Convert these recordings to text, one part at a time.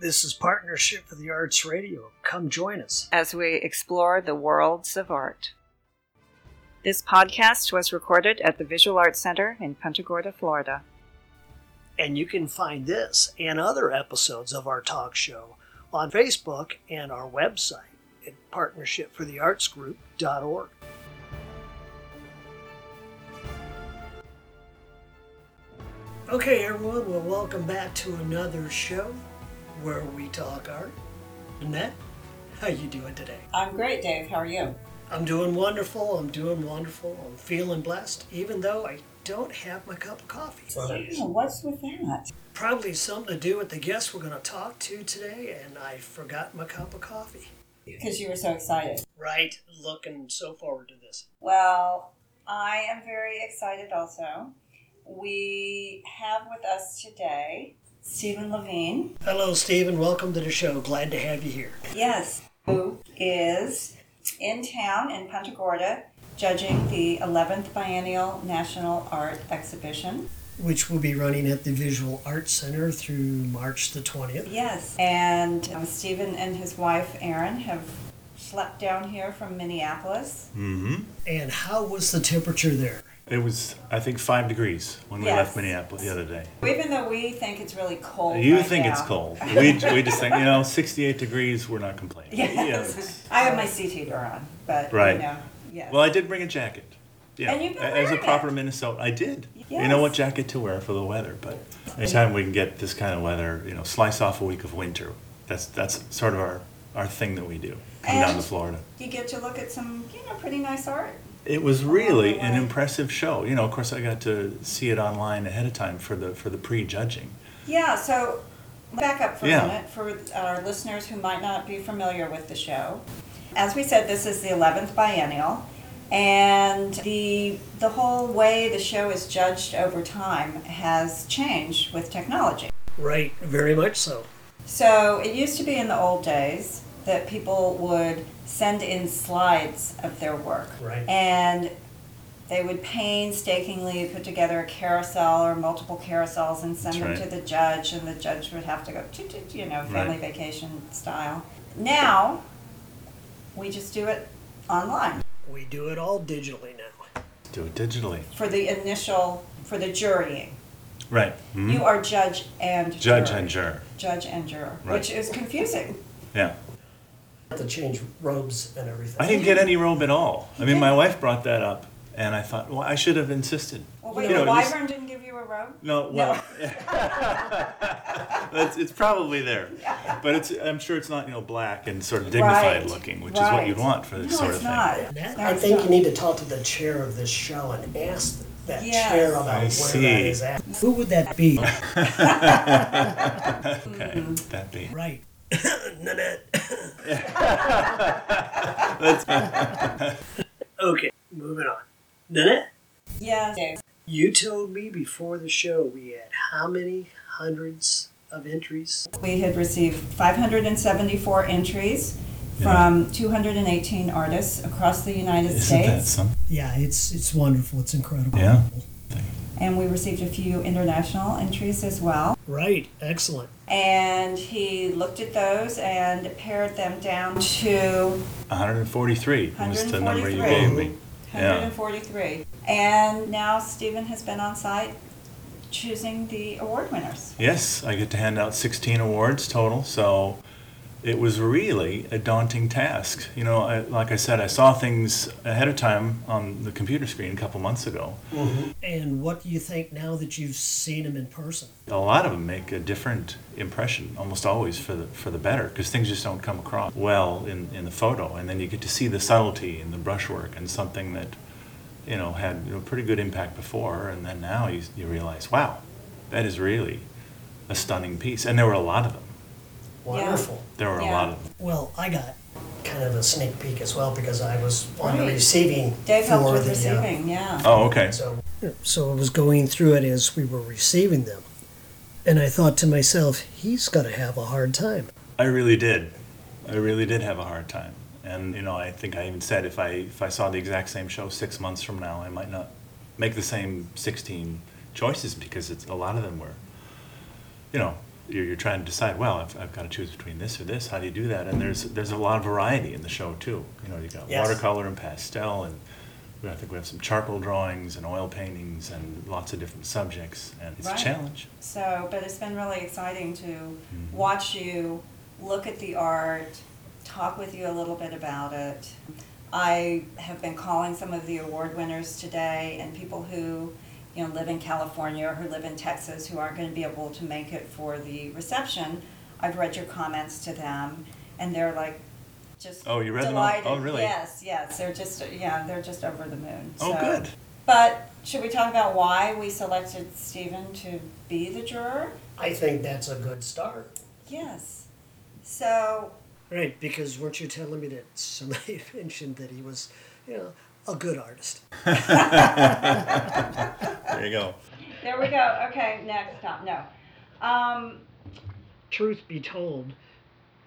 This is Partnership for the Arts Radio. Come join us. as we explore the worlds of art. This podcast was recorded at the Visual Arts Center in Punta Gorda, Florida. And you can find this and other episodes of our talk show on Facebook and our website at partnershipfortheartsgroup.org. Okay, everyone, well, welcome back to another show where we talk art. Annette, how you doing today? I'm great, Dave. How are you? I'm doing wonderful. I'm doing wonderful. I'm feeling blessed, even though I don't have my cup of coffee. What's with that? Probably something to do with the guest we're going to talk to today, and I forgot my cup of coffee. Because you were so excited. Right, looking so forward to this. Well, I am very excited also. We have with us today Stephen Levine. Hello, Stephen. Welcome to the show. Glad to have you here. Yes, who is in town in Punta Gorda judging the 11th Biennial National Art Exhibition. Which will be running at the Visual Arts Center through March the 20th. Yes, and um, Stephen and his wife Erin have slept down here from Minneapolis. Mm-hmm. And how was the temperature there? It was, I think, five degrees when we Yes. Oh left Minneapolis the other day. Even though we think it's really cold. Mm-hmm. you right think it's now. cold. We, we just think, you know, 68 degrees, we're not complaining. You know, it's- Yes. I have my seat heater on, but Right. you know, yes. well, I did bring a jacket. Yeah. And you've been As a wearing proper it. Minnesota, I did. You know what jacket to wear for the weather, but anytime we can get this kind of weather, you know, slice off a week of winter. That's that's sort of our, our thing that we do. Come down And- to Florida. you get to look at some, you know, pretty nice art. It was really an wow. impressive show. You know, of course, I got to see it online ahead of time for the for the pre-judging. Yeah, so back up for Yeah. a minute for our listeners who might not be familiar with the show. As we said, this is the 11th biennial, and the, the whole way the show is judged over time has changed with technology. Right, very much so. So it used to be in the old days that people would send in slides of their work. Right. And they would painstakingly put together a carousel or multiple carousels and send That's them right. to the judge, and the judge would have to go, "Toot, toot," you know, family Right. vacation style. Now, we just do it online We do it all digitally now. Do it digitally. for the initial, for the jurying. Right. Mhm. You are judge and Judge juror. and juror. Judge and juror, Right. which is confusing. Yeah. Have to change robes and everything. I didn't get any robe at all. I mean, my wife brought that up, and I thought, well, I should have insisted. Well, wait, You know, the this- wyvern didn't give you a robe? No, well, that's, it's probably there, but it's I'm sure it's not you know black and sort of dignified Right. looking, which is Right. what you'd want for this no, sort it's of not. thing. That, That's I think not- you need to talk to the chair of this show and ask that Yes. chair about I where that see. is at. Who would that be? Okay, that be. right. Nanette. okay, moving on. Nanette, Yes. Dave. you told me before the show we had how many hundreds of entries? We had received 574 entries from 218 artists across the United Isn't that States, something? Yeah, it's it's wonderful. It's incredible. Yeah. and we received a few international entries as well. Right. Excellent. And he looked at those and pared them down to 143 was the number you 143. gave me. Yeah. 143. And now Stephen has been on site choosing the award winners. Yes, I get to hand out 16 awards total, so it was really a daunting task. You know, I, like I said, I saw things ahead of time on the computer screen a couple months ago. And what do you think now that you've seen him in person? A lot of them make a different impression, almost always for the for the better, because things just don't come across well in, in the photo, and then you get to see the subtlety and the brushwork and something that, you know, had you know, pretty good impact before, and then now you you realize, wow, that is really a stunning piece, and there were a lot of them. Wonderful. There were Yeah. a lot of them. Well, I got kind of a sneak peek as well because I was on the Right. receiving Dave helped for with the, uh, receiving, yeah. Oh, okay. so so I was going through it as we were receiving them, and I thought to myself, he's going to have a hard time. I really did. I really did have a hard time. And you know, I think I even said if I if I saw the exact same show six months from now, I might not make the same sixteen choices because it's a lot of them were, you know, you're, you're trying to decide, well, I've, I've got to choose between this or this. How do you do that? And there's there's a lot of variety in the show too. You know, you got Yes. watercolor and pastel, and we- I think we have some charcoal drawings and oil paintings and lots of different subjects. And it's Right. a challenge. So, but it's been really exciting to Mm-hmm. watch you look at the art, talk with you a little bit about it. I have been calling some of the award winners today and people who, you know, live in California or who live in Texas who aren't going to be able to make it for the reception. I've read your comments to them, and they're like, just Oh, you read them all? delighted. Oh, really? Yes, yes. They're just yeah, they're just over the moon. Oh, so. good. But should we talk about why we selected Stephen to be the juror? I think that's a good start. Yes. So, Right, because weren't you telling me that somebody mentioned that he was, you know, a good artist? There you go. there we go. Okay, next stop. No. Um, Truth be told,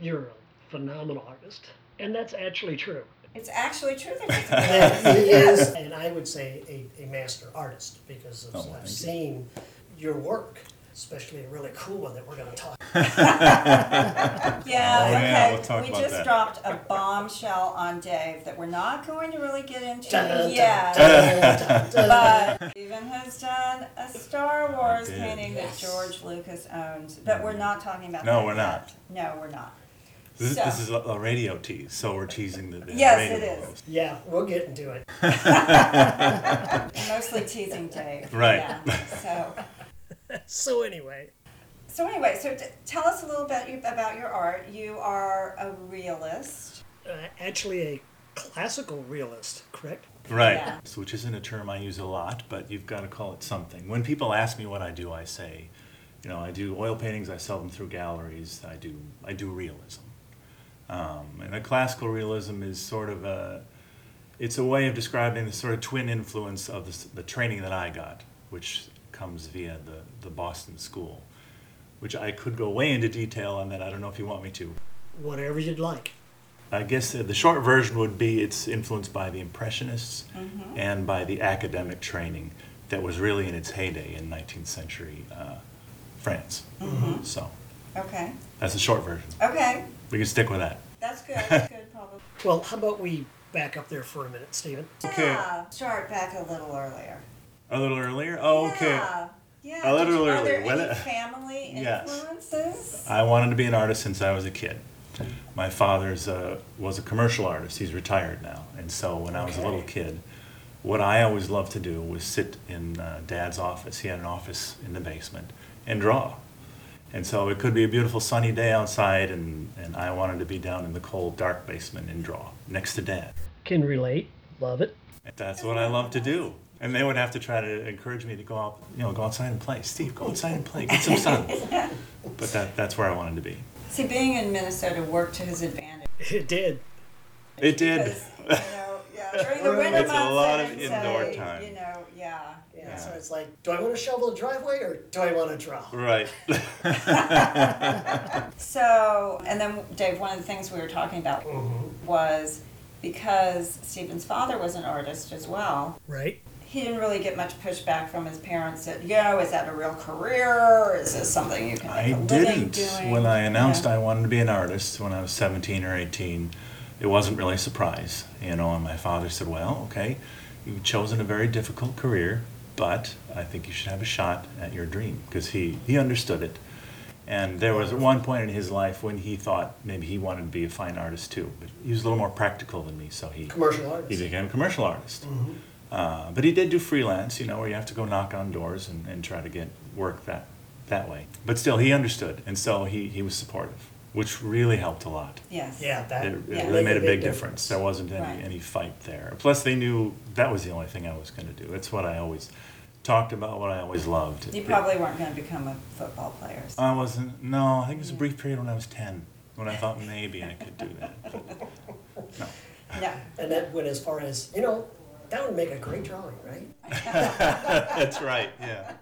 you're a phenomenal artist. And that's actually true. it's actually true that he's a that good he is, and I would say, a, a master artist because of, Oh, well, I've thank you. seen your work, especially a really cool one that we're going to talk Yeah, Oh, okay. yeah, we'll talk we about just that. dropped a bombshell on Dave that we're not going to really get into Dun, dun, yet. but Stephen has done a Star Wars did. painting Yes. that George Lucas owns, but we're not talking about No, that we're yet. No, we're not. This, So- this is a, a radio tease, so we're teasing the, the Yes, radio it is. host. Yeah, we'll get into it. We're mostly teasing Dave. Right. Yeah, so, So, anyway, so anyway, so t- tell us a little bit you- about your art. You are a realist. uh, actually a classical realist, correct? Right. Yeah. So, which isn't a term I use a lot, but you've got to call it something. When people ask me what I do, I say, you know, I do oil paintings. I sell them through galleries. I do I do realism, um, and a classical realism is sort of a it's a way of describing the sort of twin influence of the, s- the training that I got, which comes via the, the Boston School, which I could go way into detail on that. I don't know if you want me to. Whatever you'd like. I guess the short version would be it's influenced by the Impressionists and by the academic training that was really in its heyday in 19th century uh, France. So Okay. that's the short version. Okay. We can stick with that. That's good. That's good, probably. Well, how about we back up there for a minute, Stephen? Okay. Yeah, start back a little earlier. A little earlier? Oh, okay. Yeah. yeah. A little Did you- Are earlier. there Well, any uh, family yes. influences? I wanted to be an artist since I was a kid. My father's uh, was a commercial artist. He's retired now, and so when I was a little kid, what I always loved to do was sit in uh, Dad's office. He had an office in the basement and draw. And so it could be a beautiful sunny day outside, and, and I wanted to be down in the cold, dark basement and draw next to Dad. Can relate. Love it. That's what I love to do. And they would have to try to encourage me to go out, you know, go outside and play. Steve, go outside and play. Get some sun. but that, that's where I wanted to be. See, being in Minnesota worked to his advantage. It did. It did. Because, you know, yeah, during the winter It's a months, lot I of didn't indoor say, time. You know, yeah. Yeah. So it's like, do I want to shovel the driveway or do I want to draw? Right. So, and then Dave, one of the things we were talking about was because Stephen's father was an artist as well. Right? He didn't really get much pushback from his parents that, yo, is that a real career? Is this something you can make I a living didn't. doing? When I announced yeah. I wanted to be an artist when I was 17 or 18, it wasn't really a surprise, you know. And my father said, "Well, okay, you've chosen a very difficult career, but I think you should have a shot at your dream," because he he understood it. And there was one point in his life when he thought maybe he wanted to be a fine artist too, but he was a little more practical than me, so he Commercial artist. he became a commercial artist. Uh, but he did do freelance, you know, where you have to go knock on doors and, and try to get work that that way. But still, he understood, and so he, he was supportive, which really helped a lot. Yes. Yeah, that It, it Yeah. really made a big difference. There wasn't any, Right. any fight there. Plus, they knew that was the only thing I was going to do. It's what I always talked about, what I always loved. You probably weren't going to become a football player. so- I wasn't, no, I think it was a brief period when I was 10 when I thought maybe I could do that. But no. No. And that went as far as, you know, that would make a great drawing, right? That's right, yeah.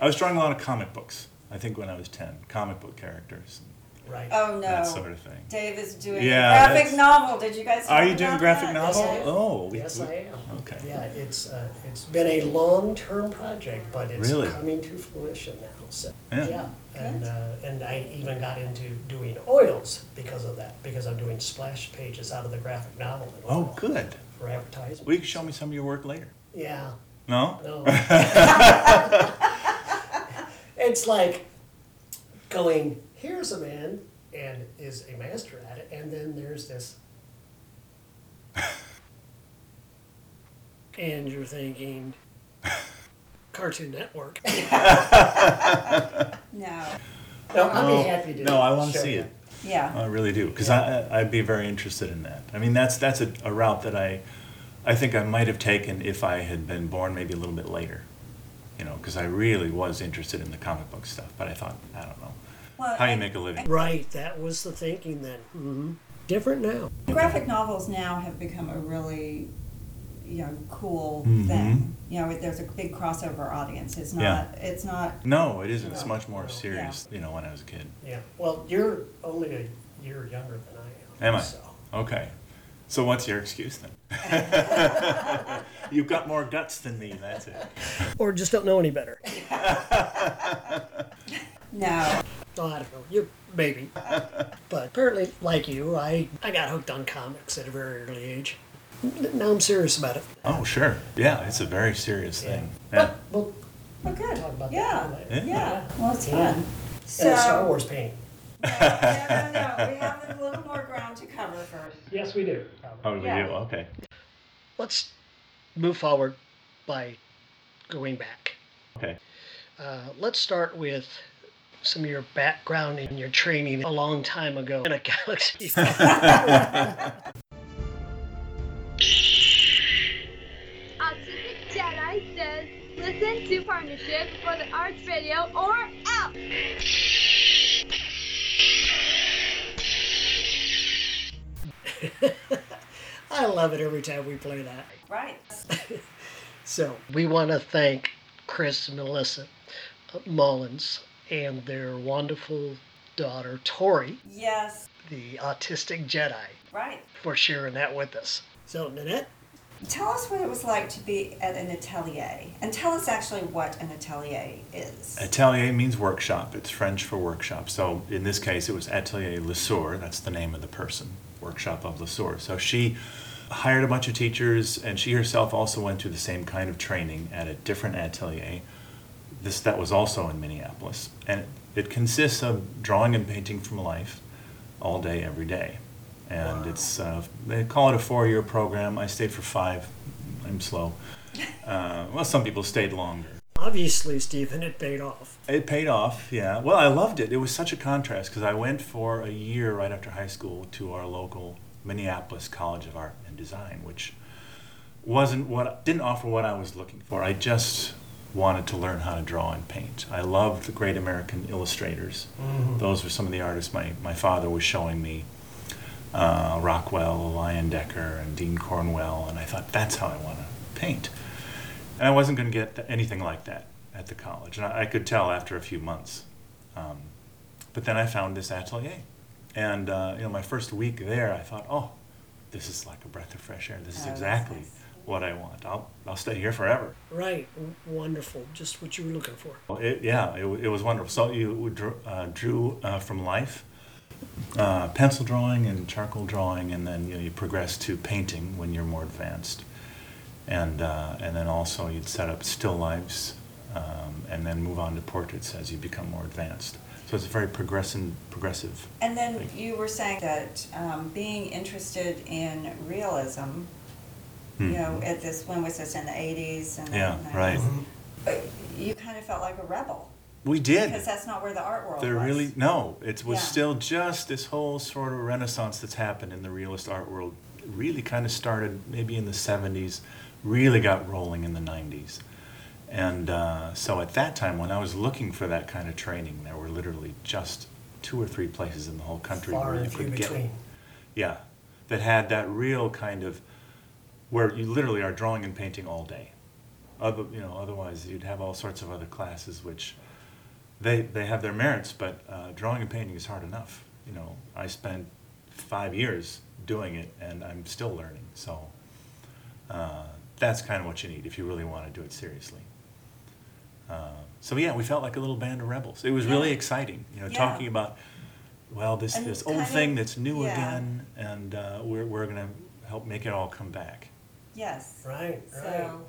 I was drawing a lot of comic books, I think, when I was 10, comic book characters. Right. Oh no. that sort of thing. Dave is doing Yeah, a graphic that's- novel. Did you guys? Are talk you doing about graphic that? novel? Yes, I am. Oh, we- Yes, we- I am. Okay. Yeah, it's, uh, it's been a long-term project, but it's Really? coming to fruition now, so, Yeah. yeah. And, Good. uh, and I even got into doing oils because of that, because I'm doing splash pages out of the graphic novel. in Oh, oil good. For advertising. Well, you can show me some of your work later. Yeah, No? no. It's like going, here's a man and is a master at it, and then there's this. and you're thinking, Cartoon Network. No. No, I'd No, be happy to. No, I want to show see you. it. Yeah. I really do, because I, I'd be very interested in that. I mean, that's that's a, a route that I, I think I might have taken if I had been born maybe a little bit later, you know, because I really was interested in the comic book stuff. But I thought, I don't know, Well, how you and make a living? Right, that was the thinking then. hmm Different now. graphic novels now have become a really, you know, cool Mhm. thing. You know, there's a big crossover audience. It's not. Yeah. It's not. No, it isn't. It's No. much more No. serious, you know, when I was a kid. Yeah. Well, you're only a year younger than I am. Am I? So. Okay, so what's your excuse then? You've got more guts than me. That's it. Or just don't know any better. No. Oh, I don't know. You maybe. but apparently, like you, I, I got hooked on comics at a very early age. N- Now I'm serious about it. Oh, sure. Yeah, it's a very serious thing. Yeah. But we'll Well, Oh, good. talk about yeah. that Yeah. later. Yeah. Well, it's Yeah. fun. And So. the Star Wars painting. No, no, no, no. We have a little more ground to cover first. Yes, we do. Oh, we Yeah. do. Okay. Let's move forward by going back. Okay. Uh, let's start with some of your background and your training a long time ago in a galaxy. Autistic Jedi says, listen to Partnership for the Arts Radio or out. I love it every time we play that. Right. So we want to thank Chris and Melissa uh, Mullins and their wonderful daughter Tori, Yes. the autistic Jedi, Right. for sharing that with us. So Nanette, Tell us what it was like to be at an atelier, and tell us actually what an atelier is. Atelier means workshop. It's French for workshop. So in this case, it was Atelier Lesourd. That's the name of the person, Workshop of Lesourd. So she hired a bunch of teachers, and she herself also went through the same kind of training at a different atelier. This that was also in Minneapolis, and it consists of drawing and painting from life, all day, every day, and it's uh, they call it a four-year program. I stayed for five. I'm slow. Uh, well, some people stayed longer. obviously Stephen, it paid off. It paid off, yeah. Well, I loved it. It was such a contrast because I went for a year right after high school to our local Minneapolis College of Art and Design, which wasn't what didn't offer what I was looking for. I just wanted to learn how to draw and paint. I loved the great American illustrators. Those were some of the artists my, my father was showing me. Uh, Rockwell, Lion Decker, and Dean Cornwell, and I thought that's how I want to paint. And I wasn't going to get th- anything like that at the college. And I, I could tell after a few months. Um, but then I found this atelier. And, uh, you know, my first week there, I thought, oh, this is like a breath of fresh air. This Oh, is that's exactly nice. what I want. I'll, I'll stay here forever. Right, w- wonderful. Just what you were looking for. Well, It, yeah, it, wa- it was wonderful. So you drew, uh, drew uh, from life, uh, pencil drawing and charcoal drawing, and then you, know, you progress to painting when you're more advanced, and uh, and then also you'd set up still lives, um, and then move on to portraits as you become more advanced. So it's a very progressive progressive. And then you were saying that um, being interested in realism, you know, at this when was this in the eighties and the Hmm. Yeah, 90s? right. But you kind of felt like a rebel We did. because that's not where the art world There was. really no. It was Yeah. still just this whole sort of renaissance that's happened in the realist art world. Really, kind of started maybe in the '70s. Really got rolling in the '90s, and uh, so at that time, when I was looking for that kind of training, there were literally just two or three places in the whole country Far where you and few could get. between. Yeah, that had that real kind of where you literally are drawing and painting all day. Other, you know, otherwise you'd have all sorts of other classes which they they have their merits, but uh, drawing and painting is hard enough. you know, I spent five years doing it and I'm still learning. So uh, that's kind of what you need if you really want to do it seriously. Uh, so yeah, we felt like a little band of rebels. It was really Yeah. exciting, you know, Yeah. talking about well, this And this kind old of- thing that's new yeah. again, and uh, we're we're gonna help make it all come back. Yes. Right, right. So,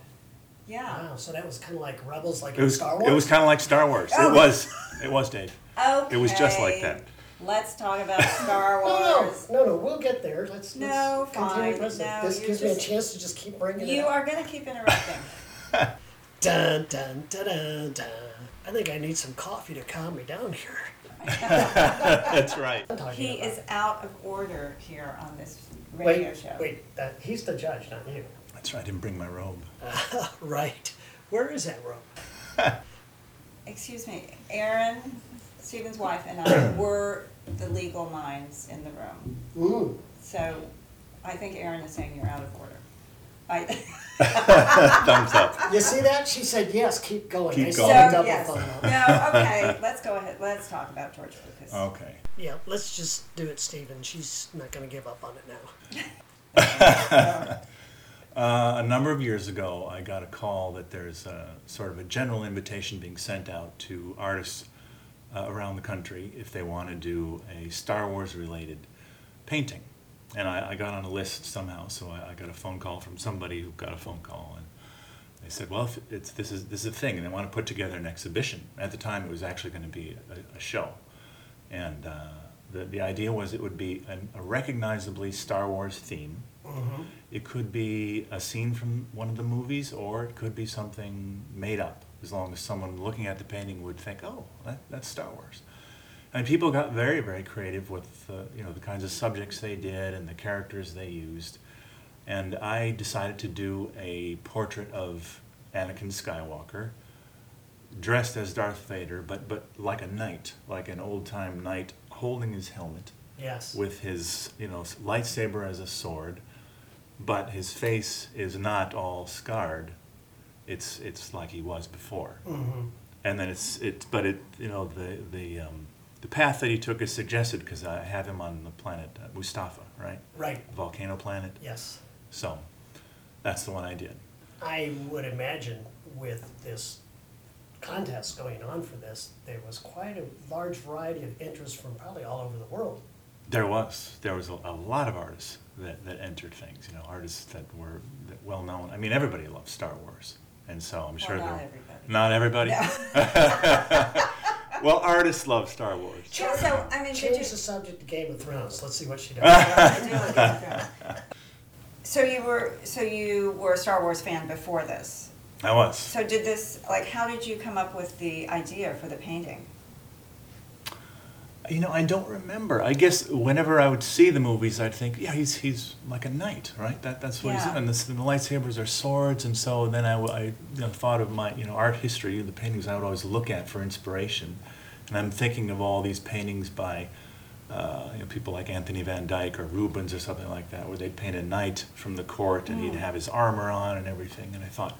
yeah. Wow, so that was kind of like Rebels, like It in was Star Wars? it was kind of like Star Wars. Oh. It was it was Dave. Okay. It was just like that. Let's talk about Star no, Wars. no, no, no, we'll get there. Let's, No, let's continue fine, pressing. no, This you gives me a just- chance to just keep bringing it You up. are going to keep interrupting. Dun, dun, dun, dun, dun. I think I need some coffee to calm me down here. That's right. I'm talking he about- is out of order here on this wait, radio show. Wait, uh, he's the judge, not you. That's right. I didn't bring my robe. Right. Where is that room? Excuse me, Aaron, Stephen's wife, and I were the legal minds in the room. Ooh. So I think Aaron is saying you're out of order. I, Thumbs up. You see that? She said yes. Keep going. Keep I so, saw going. the Oh, double yes. thumbs up. No, okay, let's go ahead. Let's talk about George Lucas. Oh, Okay. Yeah, let's just do it, Stephen. She's not going to give up on it now. Uh, a number of years ago, I got a call that there's a, sort of a general invitation being sent out to artists uh, around the country if they want to do a Star Wars related painting. And I, I got on a list somehow, so I, I got a phone call from somebody who got a phone call, and they said, "Well, if it's this is this is a thing, and they want to put together an exhibition." At the time, it was actually going to be a, a show, and uh, the the idea was it would be an, a recognizably Star Wars theme. It could be a scene from one of the movies, or it could be something made up, as long as someone looking at the painting would think, oh, that, that's Star Wars. And people got very, very creative with uh, you know the kinds of subjects they did and the characters they used. And I decided to do a portrait of Anakin Skywalker, dressed as Darth Vader, but but like a knight, like an old time knight, holding his helmet Yes. with his you know lightsaber as a sword, but his face is not all scarred. It's it's like he was before. Mm-hmm. And then it's it's but it you know the the um, the path that he took is suggested because I have him on the planet uh, Mustafa, right? right. Volcano planet. Yes. So that's the one I did. I would imagine with this contest going on for this, there was quite a large variety of interest from probably all over the world. There was there was a, a lot of artists that, that entered things. You know, artists that were that well known. I mean, everybody loves Star Wars, and so I'm sure not there were- everybody. Not everybody. well, artists love Star Wars. Sure, so, I mean, did Change you, the subject to Game of Thrones. Let's see what she does. I do like that. so you were so you were a Star Wars fan before this. I was. So did this like how did you come up with the idea for the painting? You know, I don't remember. I guess whenever I would see the movies, I'd think, yeah, he's he's like a knight, right? That that's what he's. Yeah. And, this, and the lightsabers are swords, and so then I, w- I, you know, thought of my you know art history, the paintings I would always look at for inspiration, and I'm thinking of all these paintings by. Uh, you know, people like Anthony Van Dyck or Rubens or something like that, where they'd paint a knight from the court and he'd have his armor on and everything. And I thought,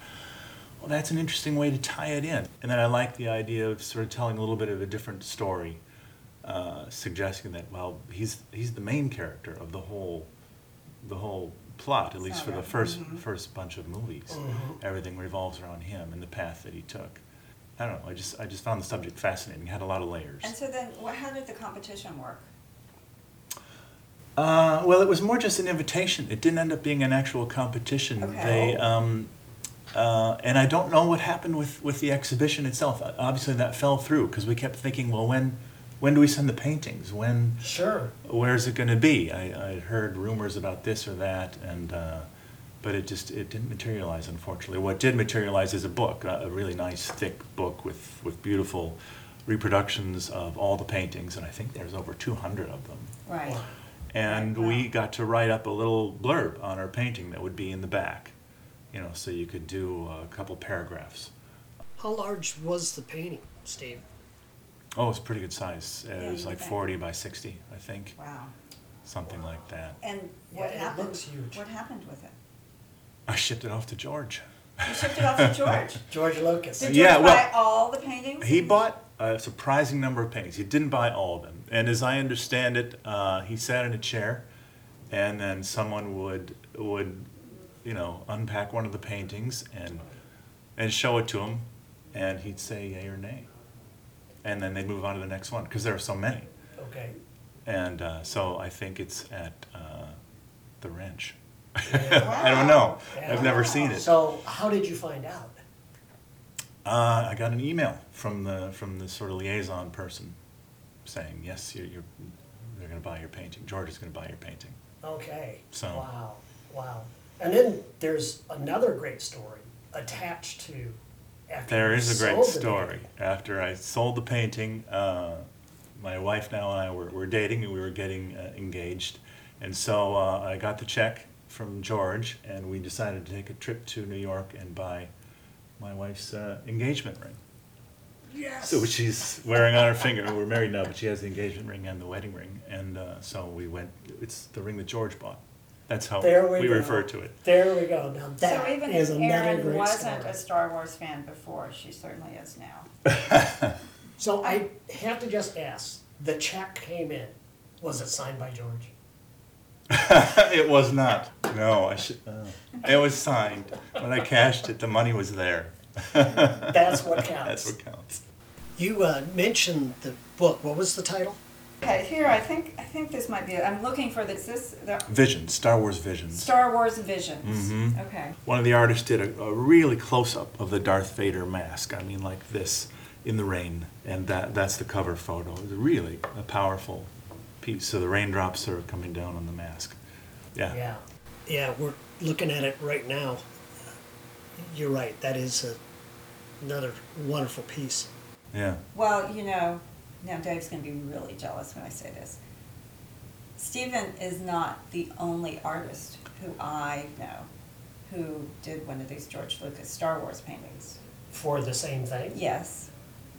well, that's an interesting way to tie it in. And then I like the idea of sort of telling a little bit of a different story uh, suggesting that well he's he's the main character of the whole the whole plot at least for the Saga. Mm-hmm. 1st first bunch of movies everything revolves around him and the path that he took i don't know i just i just found the subject fascinating it had a lot of layers And so then wha how did the competition work? Uh, well, it was more just an invitation. It didn't end up being an actual competition. Okay. They, um, uh, and I don't know what happened with, with the exhibition itself. Uh, Obviously, that fell through because we kept thinking, well, when when do we send the paintings? When sure. where's it going to be? I, I had heard rumors about this or that, and uh, but it just it didn't materialize. Unfortunately, what did materialize is a book, a, a really nice thick book with with beautiful reproductions of all the paintings, and I think there's over 200 of them. Right. And Right, we wow. got to write up a little blurb on our painting that would be in the back, you know, so you could do a couple paragraphs. How large was the painting, Steve? Oh, it's pretty good size. It Yeah, was you like bet. 40 by 60, I think, Wow. something like that. And Yeah, what it happened? looks huge. What happened with it? I shipped it off to George. You shipped it off to George. George Lucas. Did George Yeah, well- buy all the paintings? He bought a surprising number of paintings. He didn't buy all of them. And as I understand it, uh, he sat in a chair, and then someone would would you know unpack one of the paintings and and show it to him, and he'd say yay or nay, and then they'd move on to the next one because there are so many. Okay. And uh, so I think it's at uh, the ranch. Yeah. I don't know. Wow. I've never seen it. So how did you find out? Uh, I got an email from the from the sort of liaison person saying yes, you're, you're they're going to buy your painting. George is going to buy your painting. Okay. So- Wow. Wow. And then there's another great story attached to. After There you is a great sold the story. painting. After I sold the painting, uh, my wife now and I were, were dating and we were getting uh, engaged, and so uh, I got the check from George, and we decided to take a trip to New York and buy my wife's uh, engagement ring. Yes. So which she's wearing on her finger. We're married now, but she has the engagement ring and the wedding ring. And uh, so we went. It's the ring that George bought. That's how There we, Oh, we go. refer to it. There we go. Now that so even is if another Erin great wasn't story. a Star Wars fan before, she certainly is now. So I have to just ask: the check came in. Was it signed by George? it was not. No, I should. Uh, it was signed when I cashed it. The money was there. That's what counts. That's what counts. You uh, mentioned the book. What was the title? Okay, here I think I think this might be. it. I'm looking for this. This the Vision, Star Wars visions. Star Wars visions. Okay. One of the artists did a, a really close up of the Darth Vader mask. I mean, like this in the rain, and that that's the cover photo. It's really a powerful piece. So the raindrops are coming down on the mask. Yeah. Yeah. Yeah, we're looking at it right now. Uh, You're right. That is a, another wonderful piece. Yeah. Well, you know, now Dave's going to be really jealous when I say this. Stephen is not the only artist who I know who did one of these George Lucas Star Wars paintings. For the same thing. Yes,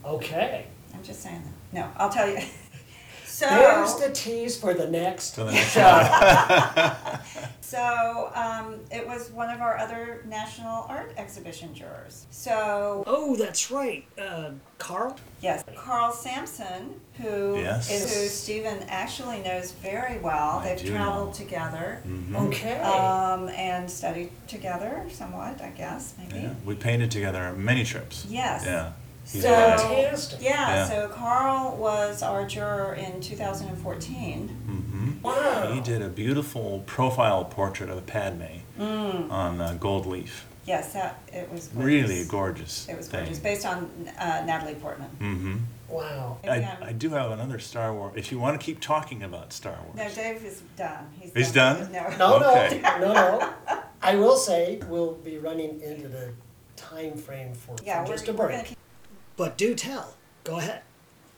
Okay. I'm just saying that. No, I'll tell you. so There's the tease for the next. So the next shot. So um, it was one of our other national art exhibition jurors. So oh, that's right. Uh, Carl? Yes, Carl Sampson, who is Yes. who Stephen actually knows very well. I They've do traveled know. together Mm. Okay. um, and studied together somewhat, I guess, maybe. Yeah. We painted together on many trips. Yes. Yeah. He's So- a So- Fantastic. Yeah, Yeah. so Carl was our juror in 2014. Mm-hmm. Wow. He did a beautiful profile portrait of Padme Mm. on uh, gold leaf. Yes, that it was gorgeous. Really gorgeous. It was thing. gorgeous, based on uh, Natalie Portman. Mm-hmm. Wow. Maybe I, I'm- I do have another Star Wars. If you want to keep talking about Star Wars, no, Dave is done. He's, He's done. No. No, Okay. no, no, no. I will say we'll be running into the time frame for Yeah, for we're, just a we're gonna break. keep, But do tell. Go ahead.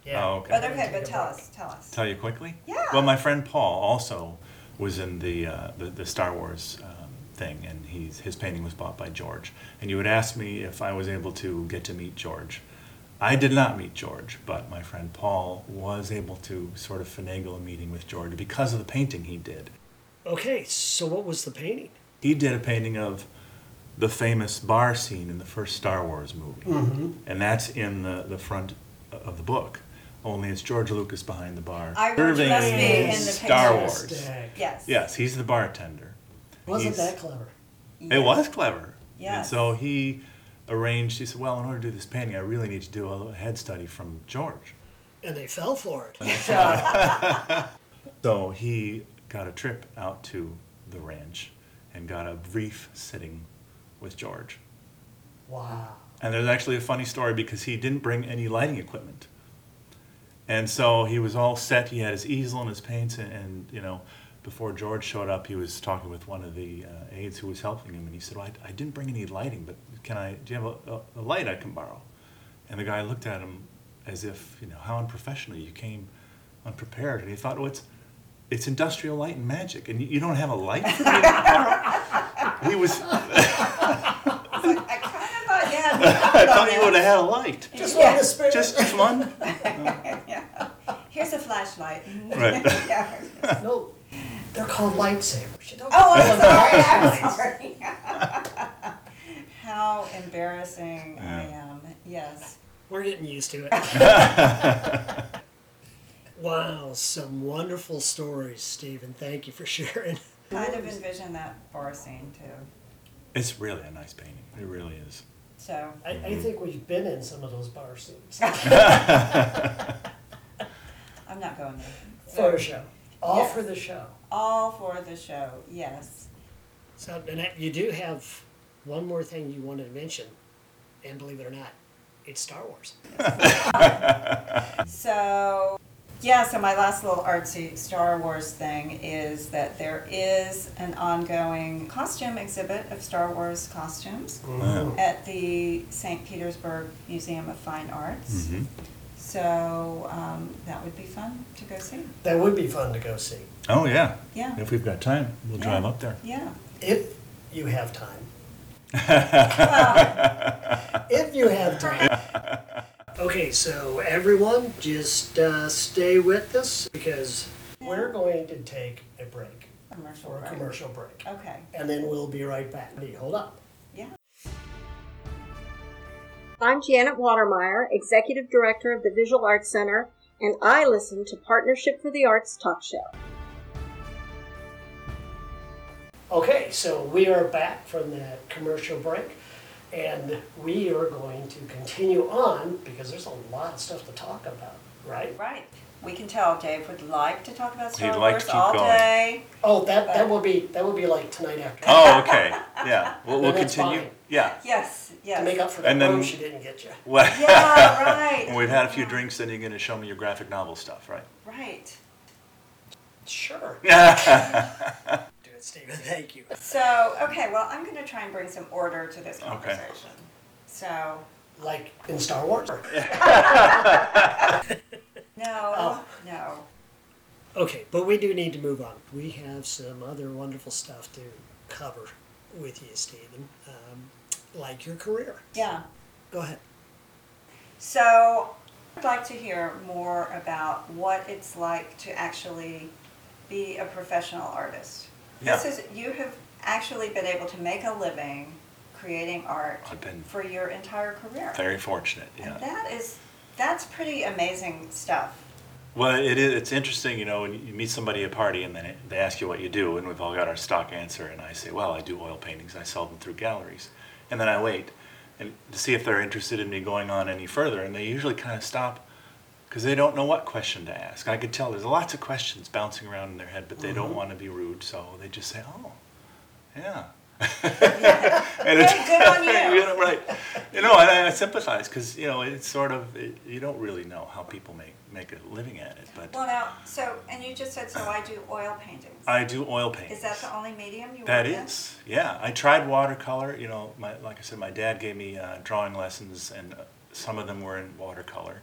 Yeah. Oh, okay. but okay, Take a but tell break. us, tell us. tell you quickly? Yeah. Well, my friend Paul also was in the uh, the, the Star Wars um, thing, and he's, his painting was bought by George. And you would ask me if I was able to get to meet George. I did not meet George, but my friend Paul was able to sort of finagle a meeting with George because of the painting he did. Okay, so what was the painting? He did a painting of the famous bar scene in the first Star Wars movie. Mm-hmm. And that's in the, the front of the book. Only it's George Lucas behind the bar. I want serving Trust me in the Star pictures. Wars. Yes. Yes, he's the bartender. Wasn't He's- that clever? It was clever. And Yes. so he arranged, he said, well, in order to do this painting, I really need to do a head study from George. And they fell for it. So he got a trip out to the ranch and got a brief sitting with George. Wow. And there's actually a funny story because he didn't bring any lighting equipment. And so he was all set. He had his easel and his paints, and, and you know, before George showed up, he was talking with one of the uh, aides who was helping him, and he said, well, I, "I didn't bring any lighting, but can I? Do you have a, a, a light I can borrow?" And the guy looked at him as if, you know, how unprofessional you came, unprepared, and he thought, "Well, it's it's industrial light and magic, and you, you don't have a light." For me to borrow?" he was. I kind of thought, yeah. I thought he would have had a light. Just Yeah. wanted to spare Just just one. Here's a flashlight. Mm-hmm. Right. yeah. No, they're Oh, called lightsabers. You don't- Oh, I'm sorry. I'm sorry. how embarrassing I Yeah. am. Yes. We're getting used to it. wow, some wonderful stories, Stephen. Thank you for sharing. Kind of envision that bar scene too. It's really a nice painting. It really is. So I, I Mm-hmm. think we've been in some of those bar scenes I'm not going there. for a show, all Yes. for the show. All for the show, yes. So, Nanette, you do have one more thing you wanted to mention, and believe it or not, it's Star Wars. So, yeah, so my last little artsy Star Wars thing is that there is an ongoing costume exhibit of Star Wars costumes at the St. Petersburg Museum of Fine Arts. Mhm. So, um, that would be fun to go see. That would be fun to go see Oh yeah. Yeah. If we've got time, we'll drive up there. Yeah. if you have time. Well, If you have time. Okay, so everyone, just uh, stay with us because we're going to take a break commercial for a break. commercial break, Okay, and then we'll be right back. Hey, Hold up. yeah. I'm Janet Watermeyer, Executive Director of the Visual Arts Center, and I listen to Partnership for the Arts Talk Show. Okay, so we are back from that commercial break, and we are going to continue on because there's a lot of stuff to talk about, right? Right. We can tell Dave would like to talk about Star He'd like Wars to keep all going. day. Oh, that that will be that will be like tonight after. Oh okay. Yeah. We'll, we'll Then that's continue. fine. Yeah. Yes, yes. To make up for that And then- room she didn't get you. Well, Yeah, right. when we've had a few drinks, then you're going to show me your graphic novel stuff, right? Right. Sure. Do it, Stephen. Thank you. So, okay, well, I'm going to try and bring some order to this conversation. So, Like in Star Wars. no, Oh. no. Okay, but we do need to move on. We have some other wonderful stuff to cover with you, Stephen, um, like your career. Yeah. Go ahead. So, I'd like to hear more about what it's like to actually be a professional artist. Yeah. This is, you have actually been able to make a living creating art I've been- for your entire career. Very fortunate. And Yeah. that is, that's pretty amazing stuff. Well, it is, it's interesting, you know, when you meet somebody at a party and then it, they ask you what you do, and we've all got our stock answer, and I say, well, I do oil paintings, I sell them through galleries, and then I wait and to see if they're interested in me going on any further, and they usually kind of stop because they don't know what question to ask. I could tell there's lots of questions bouncing around in their head, but they don't Mm-hmm. want to be rude, so they just say, oh, yeah. and it's, Good on you. know, right. You know, and I, I sympathize because you know it's sort of it, you don't really know how people make make a living at it, but Well, now, so, and you just said, so I do oil paintings. I do oil painting. Is that the only medium you That work in? is, yeah. I tried watercolor. You know, my, like I said, my dad gave me uh, drawing lessons, and uh, some of them were in watercolor.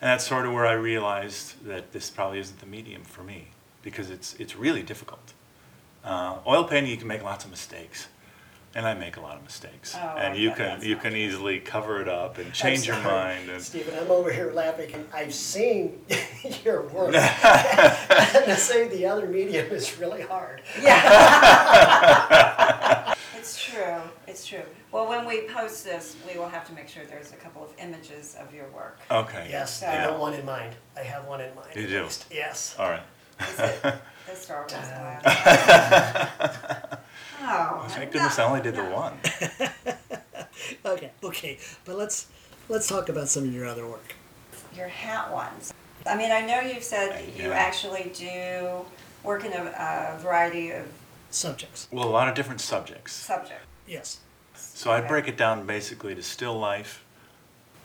And that's sort of where I realized that this probably isn't the medium for me because it's it's really difficult. Uh, oil painting, you can make lots of mistakes, and I make a lot of mistakes. Oh, and I you bet can that's you not can easily cover it up and change your I'm sorry, mind. And, Stephen, I'm over here laughing. And I've seen your work. and to say the other medium is really hard. Yeah. it's true. It's true. Well, when we post this, we will have to make sure there's a couple of images of your work. okay. Yes, I Yeah. have one in mind. I have one in mind. You at do? least. Yes. All right. Is it the Star Wars one? oh, Thank goodness I only did the one. Okay. Okay, but let's let's talk about some of your other work. your hat ones. I mean, I know you've said that you Yeah. actually do work in a, a variety of Subjects. Well, a lot of different subjects. subjects. Yes. So I break it down basically to still life,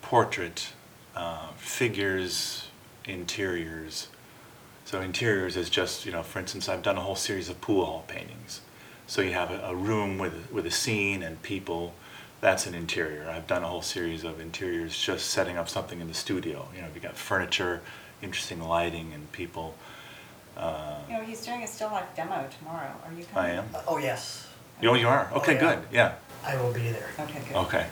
portrait, uh, figures, interiors. So interiors is just you know, for instance, I've done a whole series of pool hall paintings. So you have a, a room with with a scene and people. That's an interior. I've done a whole series of interiors, just setting up something in the studio. You know, you got furniture, interesting lighting, and people. You know, he's doing a still life demo tomorrow. Are you I coming? am. Uh, Oh yes, Oh, you are. Okay, yeah. good. Yeah. I will be there. Okay, good. Okay.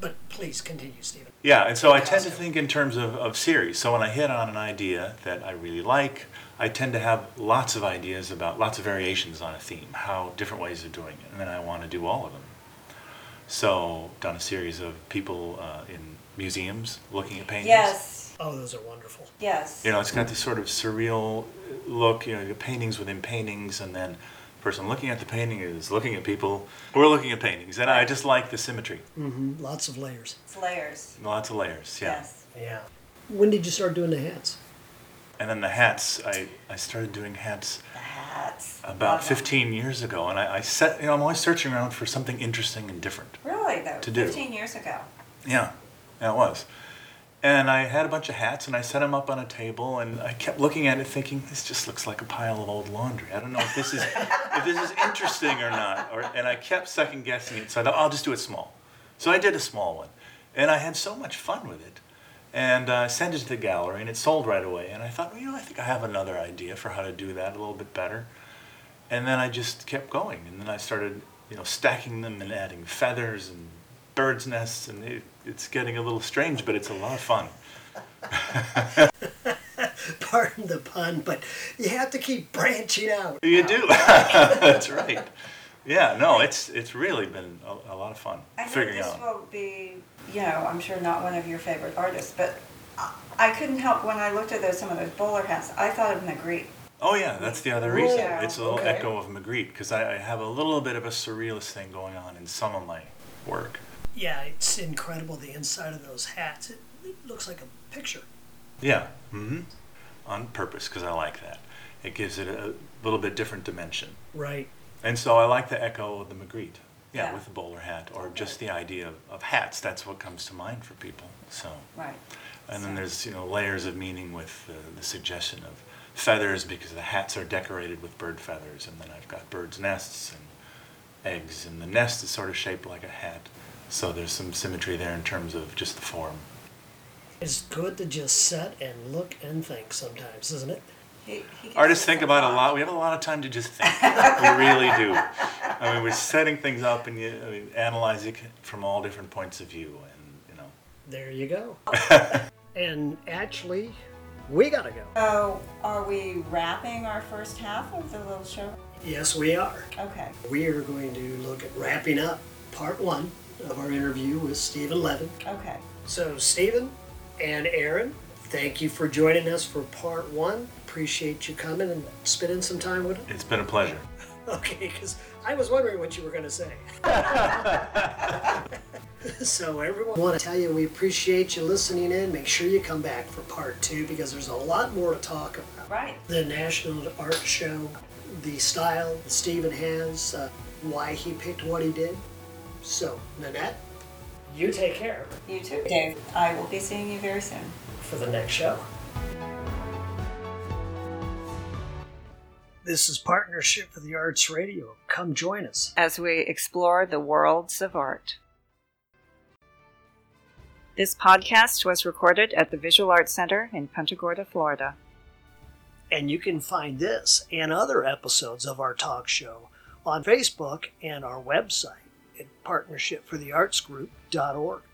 But please continue, Stephen. Yeah, and so I tend to think in terms of, of series. So when I hit on an idea that I really like, I tend to have lots of ideas about lots of variations on a theme, how different ways of doing it, and then I want to do all of them. So, done a series of people uh, in museums looking at paintings. Yes, Oh, those are wonderful. yes. You know, it's got this sort of surreal look, you know, you got paintings within paintings, and then the person looking at the painting is looking at people who are looking at paintings. And I just like the symmetry. Mm-hmm. Lots of layers. It's layers. Lots of layers, yeah. Yes. Yeah. When did you start doing the hats? And then the hats, I, I started doing hats The hats. Love about 'em. 15 years ago, and I, I set, you know, I'm always searching around for something interesting and different. Really, though. to do. 15 years ago. Yeah, yeah, it was. And I had a bunch of hats and I set them up on a table and I kept looking at it thinking, this just looks like a pile of old laundry. I don't know if this is if this is interesting or not. Or, and I kept second guessing it, so I thought, I'll just do it small. So I did a small one. And I had so much fun with it. And uh, I sent it to the gallery and it sold right away. And I thought, well, you know, I think I have another idea for how to do that a little bit better. And then I just kept going. And then I started, you know, stacking them and adding feathers and birds' nests. And it, it's getting a little strange, but it's a lot of fun. Pardon the pun, but you have to keep branching out. You do. That's right. Yeah, no, it's it's really been a, a lot of fun I think figuring this out. will be, you know, I'm sure not one of your favorite artists, but I- I couldn't help when I looked at those some of those bowler hats. I thought of Magritte. Oh yeah, that's the other reason. Whoa, It's a little okay. echo of Magritte because I, I have a little bit of a surrealist thing going on in some of my work. Yeah, it's incredible the inside of those hats. It, it looks like a picture. Yeah. hmm On purpose because I like that. It gives it a little bit different dimension. Right. And so I like the echo of the Magritte. Yeah, Yeah. with the bowler hat or just the idea of, of hats. That's what comes to mind for people. So, Right. and So- then there's you know layers of meaning with the, the suggestion of feathers because the hats are decorated with bird feathers, and then I've got birds' nests and eggs, and the nest is sort of shaped like a hat. So there's some symmetry there in terms of just the form. It's good to just sit and look and think sometimes, isn't it? He, he gives Artists us think about it a lot. We have a lot of time to just think. we really do. I mean, we're setting things up and you I mean, analyze it from all different points of view, and you know. There you go. and actually, we gotta go. So, are we wrapping our first half of the little show? Yes, we are. Okay. We are going to look at wrapping up part one of our interview with Stephen Levin. Okay. So, Stephen and Aaron, thank you for joining us for part one. Appreciate you coming and spending some time with us. It's been a pleasure. Okay, because I was wondering what you were going to say. so, everyone, I want to tell you we appreciate you listening in. Make sure you come back for part two because there's a lot more to talk about. Right. The National Art Show, the style that Stephen has, uh, why he picked what he did. So, Nanette, you take care You too, Dave. I will be seeing you very soon. for the next show. This is Partnership for the Arts Radio. Come join us. As we explore the worlds of art. This podcast was recorded at the Visual Arts Center in Punta Gorda, Florida. And you can find this and other episodes of our talk show on Facebook and our website at partnershipfortheartsgroup.org.